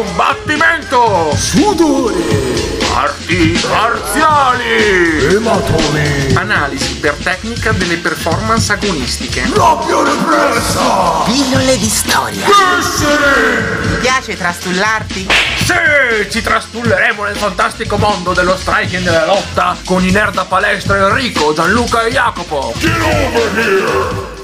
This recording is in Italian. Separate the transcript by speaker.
Speaker 1: combattimento!
Speaker 2: Sudore!
Speaker 1: Arti marziali!
Speaker 2: Ematomi!
Speaker 1: Analisi per tecnica delle performance agonistiche.
Speaker 2: Proprio repressa!
Speaker 3: Pillole di storia.
Speaker 2: Essere!
Speaker 4: Ti piace trastullarti?
Speaker 1: Sì, ci trastulleremo nel fantastico mondo dello striking e della lotta con i nerd a palestra Enrico, Gianluca e Jacopo.
Speaker 2: Get over here!